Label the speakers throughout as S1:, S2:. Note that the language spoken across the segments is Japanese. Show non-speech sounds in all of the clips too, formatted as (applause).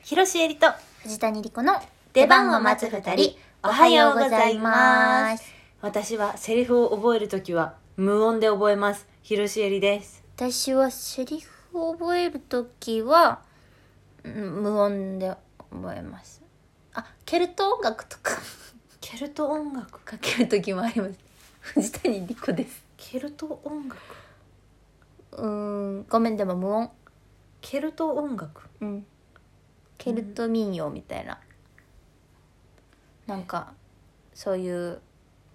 S1: 広瀬えりと
S2: 藤谷莉子の
S1: 出番を待つ二人おはようございます私はセリフを覚えるときは無音で覚えます広瀬えりです
S2: 私はセリフを覚える時はうん無音で覚えますあケルト音楽とか (laughs)
S1: ケルト音楽
S2: かける時もあります藤谷莉子です
S1: ケルト音楽
S2: うーんごめんでも無音
S1: ケルト音楽
S2: うんケルト民謡みたいな、なんかそういう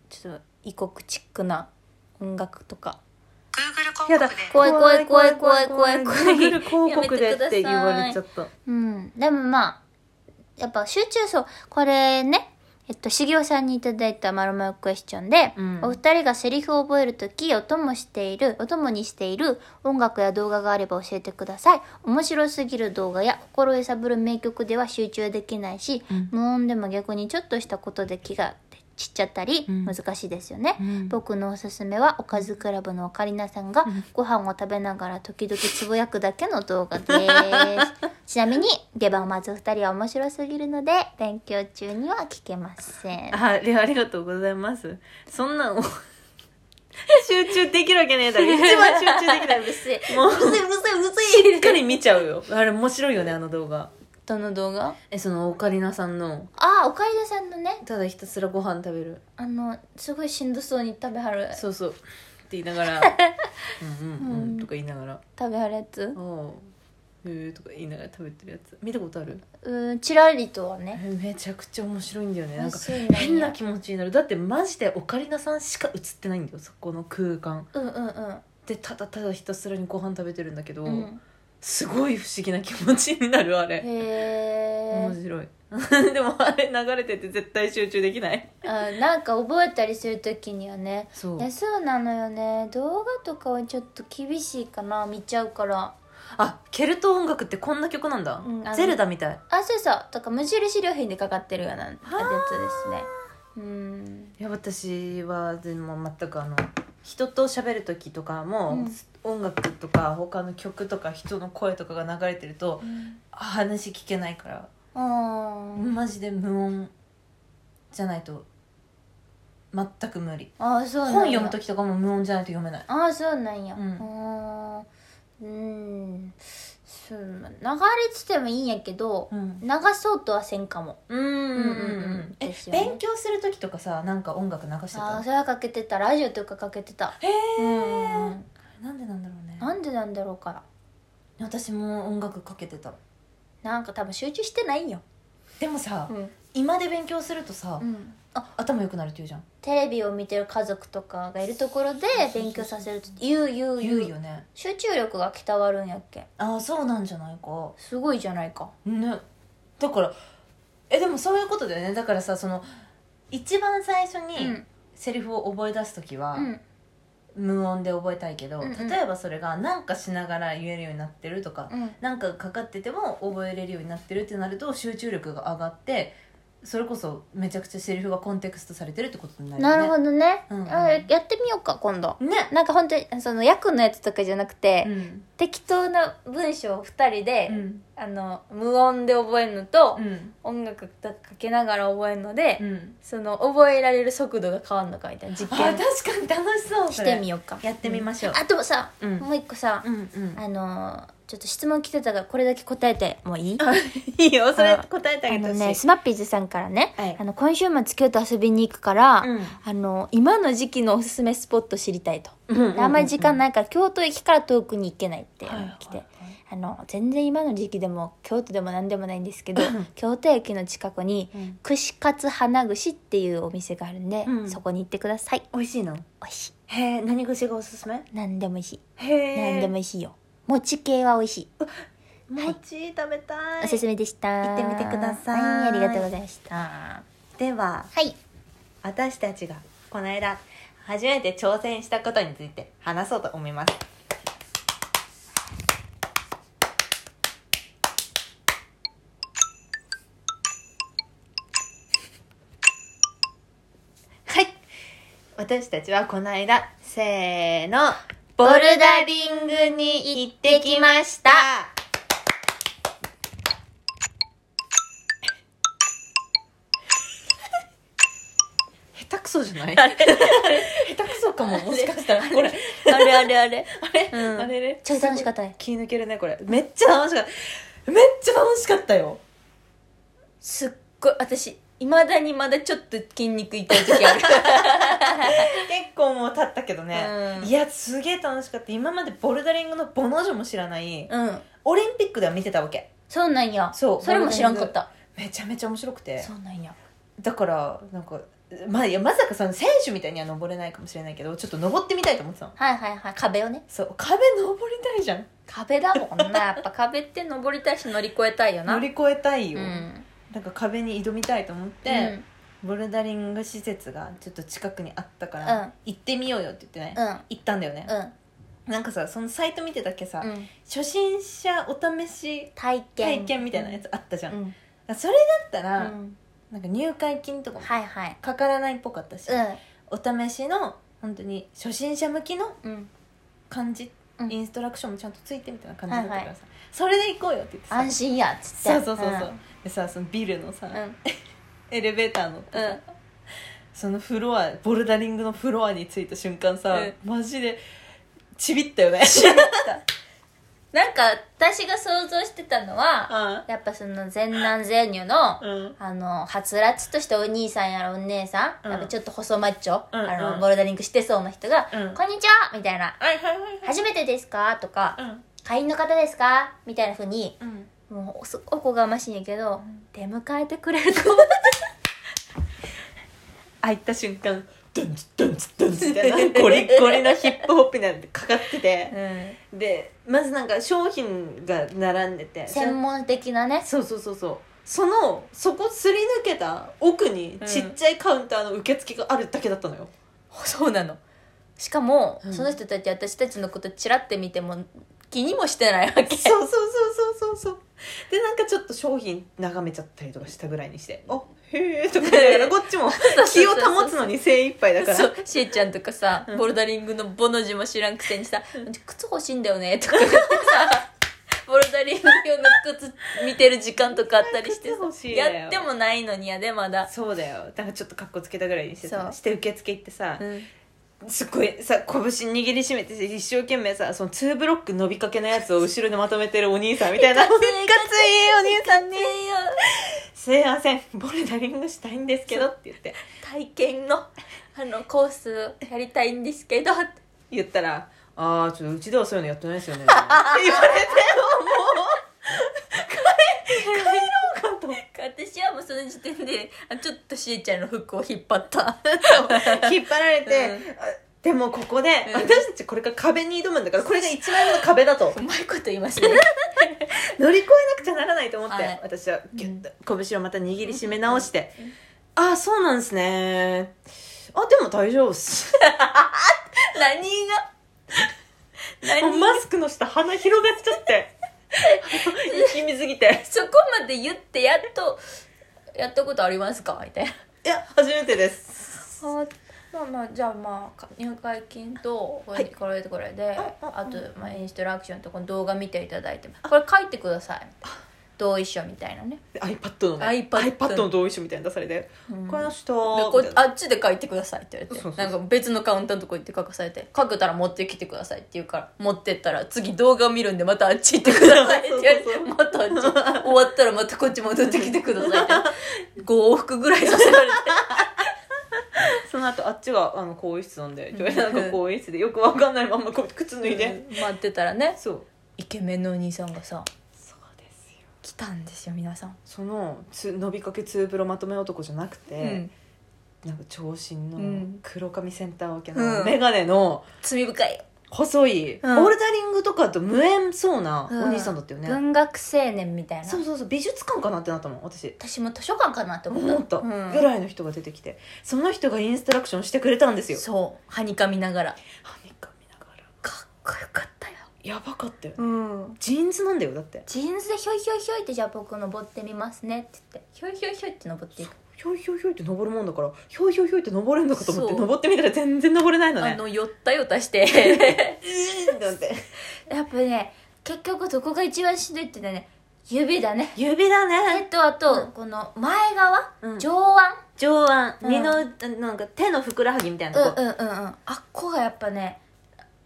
S2: ちょっと異国チックな音楽とか
S3: Google 広
S1: やだ
S3: 告で
S2: 怖い怖い怖い怖い怖い怖い
S1: Google 広告でって言われちゃった
S2: うんでもまあやっぱ集中そうこれねえっと茂雄さんにいただいたまるまるクエスチョンで、
S1: うん
S2: お二人がセリフを覚えるときお供しているお供にしている音楽や動画があれば教えてください面白すぎる動画や心揺さぶる名曲では集中できないし、
S1: うん
S2: 無音でも逆にちょっとしたことで気が散っちゃったり
S1: うん
S2: 難しいですよね、
S1: うん
S2: 僕のおすすめはおかずクラブのオカリナさんが
S1: ん
S2: ご飯を食べながら時々つぶやくだけの動画ですちなみ
S1: (laughs)
S2: に下番を待つ二人は面白すぎるので勉強中には聞けません
S1: あありありがとうございますそん (laughs) なんを集中できるわけねえだろ一番集中できな
S2: うるせえ
S1: いもう
S2: うるせえうるせえうるせえ
S1: しっかり見ちゃうよあれ面白いよねあの動画
S2: どの動画
S1: えそのオカリナさんの
S2: あオカリナさんのね
S1: ただひたすらご飯食べる
S2: あのすごいしんどそうに食べはる
S1: そうそうって言いな (laughs) がらうんうんうんとか言いながら
S2: 食べはるやつ
S1: ああへえとか言いながら食べてるやつ見たことある
S2: うんちらりとはね
S1: えめちゃくちゃ面白いんだよねなんか
S2: 面白いね
S1: 変な気持ちになるだってマジでオカリナさんしか映ってないんだよそこの空間
S2: うんうんうん
S1: でただただひたすらにご飯食べてるんだけど、
S2: うん
S1: すごい不思議な気持ちになるあれ
S2: へ
S1: 面
S2: ー
S1: 白い (laughs) でもあれ流れてて絶対集中できない
S2: あなんか覚えたりするときにはね
S1: そう
S2: ねそうなのよね動画とかはちょっと厳しいかな見ちゃうから
S1: あケルト音楽ってこんな曲なんだ、
S2: うんあの
S1: ゼルダみたい
S2: あそうそうとか無印良品でかかってるようなやつですねうん
S1: いや私はでも全くあの人と喋る時とかも、音楽とか他の曲とか人の声とかが流れてるとあ話聞けないから
S2: あー
S1: マジで無音じゃないと全く無理
S2: あーそうなんや
S1: 本読む時とかも無音じゃないと読めない
S2: ああそうなんや
S1: う
S2: うんんうんそう流れててもいいんやけど、
S1: うん
S2: 流そうとはせんかも
S1: うんうんうんえ
S2: ですよね
S1: 勉強する時とかさなんか音楽流して
S2: ああー
S1: た
S2: それはかけてたラジオとかかけてた
S1: へえ
S2: うんうん
S1: なんでなんだろうね
S2: なんでなんだろうか
S1: 私も音楽かけてた
S2: なんか多分集中してないんよ、
S1: でもさ、
S2: ん
S1: 今で勉強するとさ、
S2: うん、
S1: 頭良くなるって言うじゃん
S2: テレビを見てる家族とかがいるところで勉強させると言う言う言
S1: 言
S2: う
S1: うよね
S2: 集中力がきたわるんやっけ
S1: ああそうなんじゃないか
S2: すごいじゃないか
S1: ねだからえでもそういうことだよねだからさその一番最初
S2: う
S1: に
S2: ん
S1: セリフを覚え出す時は、
S2: うん
S1: 無音で覚えたいけど、
S2: うんうん
S1: 例えばそれが何かしながら言えるようになってるとか
S2: うん
S1: 何、なん、かかかってても覚えれるようになってるってなると集中力が上がってそれこそめちゃくちゃセリフがコンテクストされてるってことになるよね
S2: なるほどね、
S1: うんうん
S2: あやってみようか今度
S1: どね
S2: なんか本当にその役のやつとかじゃなくて、
S1: うん
S2: 適当な文章を2人で、
S1: うん
S2: あの無音で覚えるのと
S1: う、ん
S2: 音楽かけながら覚えるので、
S1: うん
S2: その覚えられる速度が変わるのかみたいな実
S1: あ
S2: 験
S1: ー確かに楽しそう
S2: してみ
S1: よ
S2: ようか
S1: やってみましょう
S2: あとさ、
S1: うん
S2: もう一個さ、
S1: うんうん
S2: あのーちょっと質問来てたからこれだけ答えてもいい
S1: いいよそれ答えてあ
S2: あ
S1: げて
S2: の
S1: ほしい、
S2: ねスマッピーズさんからね、
S1: はい
S2: あの今週末京都遊びに行くから、
S1: うん
S2: あの今の時期のおすすめスポット知りたいと、
S1: うんうんうんうん
S2: であんまり時間ないから京都駅から遠くに行けないっていうのが来て、
S1: はいはいはい
S2: あの全然今の時期でも京都でも何でもないんですけど京都駅の近くに、
S1: うん
S2: 串カツ花串っていうお店があるんで、
S1: うん
S2: そこに行ってください
S1: 美味しいの
S2: 美味しい
S1: へえ何串がおすすめ
S2: 何でも美味しい
S1: へえ
S2: 何でも美味しいよ餅系は美味しい
S1: 餅食べたい
S2: おすすめでし
S1: 行
S2: た。
S1: ってみてください
S2: はい、ありがとうございました。は。
S1: ではい私たちがこの間初めて挑戦したことについて話そうと思いますはい私たちはこの間せーのボルダリ (laughs) ングに行ってきましたそじゃない
S2: あれ
S1: 下手くそかももしかしたらこれ
S2: あれあれあれ
S1: あれ、
S2: うん
S1: あれれ
S2: ちょい楽しかったね
S1: 気抜けるねこれめっちゃ楽しかっためっちゃ楽しかったよ
S2: すっごい私いまだにまだちょっと筋肉痛い時ある
S1: 結構もう経ったけどね、
S2: うん
S1: いやすげえ楽しかった今までボルダリングのボの字も知らない
S2: (laughs) うん
S1: オリンピックでは見てたわけ
S2: そうなんや
S1: そう
S2: れも知らんかった
S1: めちゃめちゃ面白くて
S2: そうなんや
S1: だからなんかまあいやまさかその選手みたいには登れないかもしれないけどちょっと登ってみたいと思ってたの
S2: はいはいはい壁をね
S1: そう壁登りたいじゃん
S2: 壁だもんなやっぱ壁って登りたいし乗り越えたいよな
S1: 乗り越えたいよ、
S2: うん
S1: なんか壁に挑みたいと思って、
S2: うん
S1: ボルダリング施設がちょっと近くにあったか
S2: うん
S1: ら行ってみようよって言ってね、
S2: うん
S1: 行ったんだよね、
S2: うん
S1: なんかさそのサイト見てたっけさ、
S2: うん
S1: 初心者お試し
S2: 体験
S1: 体験みたいなやつあったじゃん、
S2: うんうん
S1: それだった
S2: う
S1: ら、
S2: ん
S1: なんか入会金とかも
S2: はいはい
S1: かからないっぽかったし、
S2: う
S1: お試しの本当に初心者向きの
S2: んうん
S1: 感じ、
S2: うん
S1: インストラクションもちゃんとついてみたいな感じだったからさ、それで行こうよって言ってさ
S2: 安心やっつって
S1: そうそうそうそう、でさそのビルのさ、
S2: うんうん
S1: エレベーター乗ってさ、
S2: うん
S1: そのフロアボルダリングのフロアに着いた瞬間さ、
S2: うん
S1: マジでちびったよね
S2: (laughs) なんか私が想像してたのは
S1: (laughs) う
S2: やっぱその全男全女の
S1: んうん
S2: あのはつらつとしたお兄さんやらお姉さ
S1: う
S2: ん、
S1: ん
S2: やっぱちょっと細マッチョ、
S1: うん
S2: あ
S1: う
S2: の
S1: ん
S2: ボルダリングしてそうな人が「
S1: うん
S2: こんにちは!」みたいな
S1: はいはい
S2: 「初めてですか?」とか
S1: はいうん
S2: 「会員の方ですか?」みたいなふうに
S1: うん
S2: もうすっごいおこがましいんやけど、
S1: ん
S2: 出迎えてくれると思って
S1: 入った瞬間ドンツドンツドンツみたいなゴリッゴリのヒップホップなんてかかって (laughs) てでまずなんか商品が並んでて
S2: 専門的なね
S1: そうそうそうそうそのそこすり抜けた奥にちっちゃいカウンターの受付があるだけだったのよ、
S2: そうなのしかも、
S1: うん
S2: その人たち私たちのことチラって見ても気にもしてないわけ
S1: そうそうそうそうそうそうでなんかちょっと商品眺めちゃったりとかしたぐらいにして「あへえ」とか言いながらこっちも
S2: (laughs) そうそう
S1: 気を保つのに精一杯だから
S2: そうしえちゃんとかさボルダリングのボの字も知らんくせにさ「靴欲しいんだよね」とか言ってさボルダリング用の靴見てる時間とかあったりして
S1: 靴欲しいだよ
S2: やってもないのにやでまだ、
S1: そうだよだからちょっとかっこつけたぐらいにして
S2: そう
S1: さして受付行ってさ
S2: う、ん、
S1: すっごいさ拳握りしめて一生懸命さその2ブロック伸びかけのやつを後ろでまとめてるお兄さんみたいな「いかつい (laughs) お兄さんねすいませんボルダリングしたいんですけど」って言って
S2: 体験のあのコースやりたいんですけど
S1: 言ったら「ああちょっとうちではそういうのやってないです
S2: (laughs)
S1: よね」って言われてもう帰帰ろうかと思って。
S2: 私はもうその時点であちょっとしえちゃんの服を引っ張った
S1: 引っ張られて、
S2: う
S1: あでもここで、
S2: うん
S1: 私たちこれから壁に挑むんだからこれが一枚目の壁だと
S2: うまいこと言いますね
S1: 乗り越えなくちゃならないと思って、
S2: はい
S1: 私はギュッと拳をまた握りしめ直して「ああそうなんですねあでも大丈夫っす」
S2: 何
S1: も
S2: が何
S1: う
S2: が
S1: マスクの下鼻広がっちゃって
S2: (laughs)
S1: 息みすぎて
S2: そこまで言ってやっとやったことありますかみたい
S1: 「
S2: な
S1: いや初めてです
S2: あまあまあじゃあまあか入会金とこれ
S1: はい
S2: これとこれで、
S1: うんうん
S2: あと、まあ、インストラクションとこの動画見ていただいてこれ書いてくださいみたいな同意書みたいなね、」
S1: iPad のね
S2: iPad
S1: iPad の同意書みたいに出されて「
S2: うん
S1: この人」
S2: でこ
S1: みたいな
S2: あっちで書いてくださいって言われ
S1: そ
S2: て
S1: うそうそう
S2: なんか別のカウンターのとこ行って書かされて書けたら持ってきてくださいって言うから持ってったら次動画見るんでまたあっち行ってくださいって言われて
S1: そう (laughs) そうそう
S2: またあっち終わったらまたこっち戻ってきてください
S1: (laughs)
S2: って5往復ぐらいさせられて
S1: その後あっちがあの更衣室なんで、なんか更衣室でよくわかんないまんまこう靴脱いで、
S2: うん待ってたらね
S1: そう
S2: イケメンのお兄さんがさ
S1: そうですよ
S2: 来たんですよ皆さん、
S1: そのつ伸びかけツーブロまとめ男じゃなくて、なんか長身
S2: う
S1: の
S2: ん
S1: 黒髪センター分け
S2: うん
S1: の眼鏡の
S2: 罪深いよ
S1: 細い、
S2: うん
S1: ボルダリングとかと無縁そうなお兄さんだったよね、
S2: 文学青年みたいな
S1: そうそうそう美術館かなってなったもん私
S2: 私も図書館かなって思った
S1: 思った
S2: う
S1: ぐ
S2: ん
S1: らいの人が出てきてその人がインストラクションしてくれたんですよ
S2: そうはにかみながら
S1: はみかみながら
S2: かっこよかったよ
S1: やばかったよね、
S2: うん
S1: ジーンズなんだよだって
S2: ジーンズでひょいひょいひょいってじゃあ僕登ってみますねって言ってひょいひょいひょいって登っていく
S1: ひょいひょいひょいって登るもんだからひょいひょいひょいって登れるのかと思って
S2: そう
S1: 登ってみたら全然登れないのね
S2: あのよったよたして
S1: (laughs) うーんってなって
S2: やっぱね結局どこが一番しんどいってね指だね
S1: 指だ
S2: 手
S1: ね
S2: とあと、この前側、
S1: うん
S2: 上腕
S1: 上腕
S2: うん
S1: 二の腕なんか手のふくらはぎみたいな
S2: う
S1: と
S2: ん
S1: こ、
S2: うんうんうんあっこがやっぱね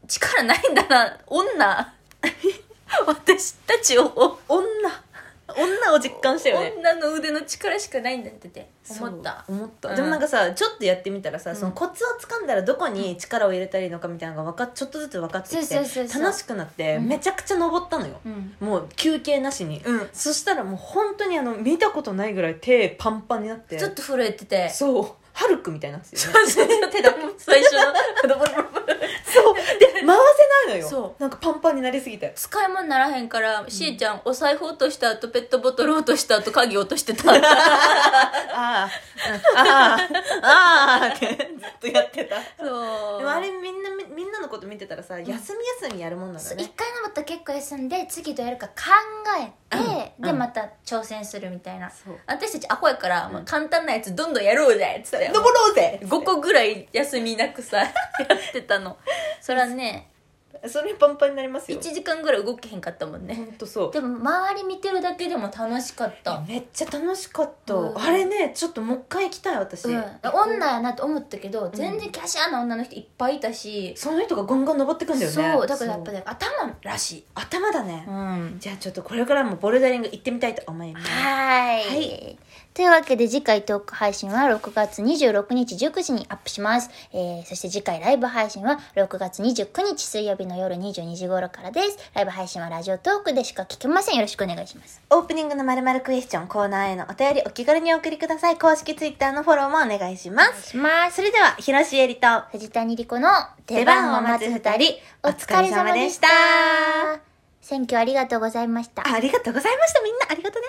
S2: 力ないんだな女 (laughs) 私たちを
S1: 女女を実感したよね
S2: 女の腕の力しかないんだってて思った
S1: そう思った、
S2: うん
S1: でもなんかさちょっとやってみたらさ、
S2: うん
S1: そのコツをつかんだらどこに力を入れたらいいのかみたいなのが分かっちょっとずつ分かってきて
S2: そうそうそうそう
S1: 楽しくなって
S2: うん
S1: めちゃくちゃ登ったのよ、
S2: うん
S1: もう休憩なしに、そしたらもう本当にあの見たことないぐらい手パンパンになって
S2: ちょっと震えてて
S1: そうハルクみたいになってたよね
S2: そうそうそう手だけ最 (laughs) 初の
S1: そうで回せないのよ
S2: そう
S1: なんかパンパンになりすぎて
S2: 使い物にならへんから、しーちゃんお財布落とした後ペットボトル落とした後鍵落として (laughs) た
S1: ああああああってずっとやってた
S2: そう
S1: でもあれみんなみんなのこと見てたらさ休み休みやるもんなんだ
S2: そう一
S1: ね
S2: 回登ったら結構休んで次どうやるか考え
S1: う
S2: て、
S1: ん
S2: で
S1: うん
S2: また挑戦するみたいな
S1: そう
S2: 私たちアホやから、まあ
S1: うん
S2: 簡単なやつどんどんやろうぜっつって
S1: 登ろうぜ
S2: 5個ぐらい休みな
S1: (laughs)
S2: くさやってたのそらね
S1: それパンパンになります
S2: 1
S1: よ
S2: 時間ぐらい動けへんかったもん
S1: ほ
S2: ね
S1: んとそう
S2: でも周り見てるだけでも楽しかった、
S1: めっちゃ楽しかった、
S2: うん
S1: あれねちょっともう一回行きたい私、
S2: うん、女やなと思ったけど、
S1: ん
S2: 全然キャシャーな女の人いっぱいいたし、
S1: その人がゴンゴン登ってくんだよね
S2: そうだからやっぱ
S1: そう
S2: ね頭らしい
S1: 頭だね、
S2: ん
S1: じゃあちょっとこれからもボルダリング行ってみたいと思います
S2: はい
S1: はい
S2: というわけで次回トーク配信は6月26日19時にアップします、えーそして次回ライブ配信は6月29日水曜日の夜22時頃からですライブ配信はラジオトークでしか聞けませんよろしくお願いします
S1: オープニングのまるまるクエスチョンコーナーへのお便りお気軽にお送りください公式ツイッターのフォローもお願いします
S2: しま
S1: それでは広瀬えりと
S2: 藤谷莉子の出
S1: 出
S2: 番
S1: 番
S2: を
S1: を
S2: 待
S1: 待
S2: つ
S1: つ
S2: 二
S1: 二
S2: 人
S1: 人
S2: お疲れ様でした
S1: お疲れ様で
S2: 選挙ありがとうございました
S1: ありがとうございましたみんなありがとうね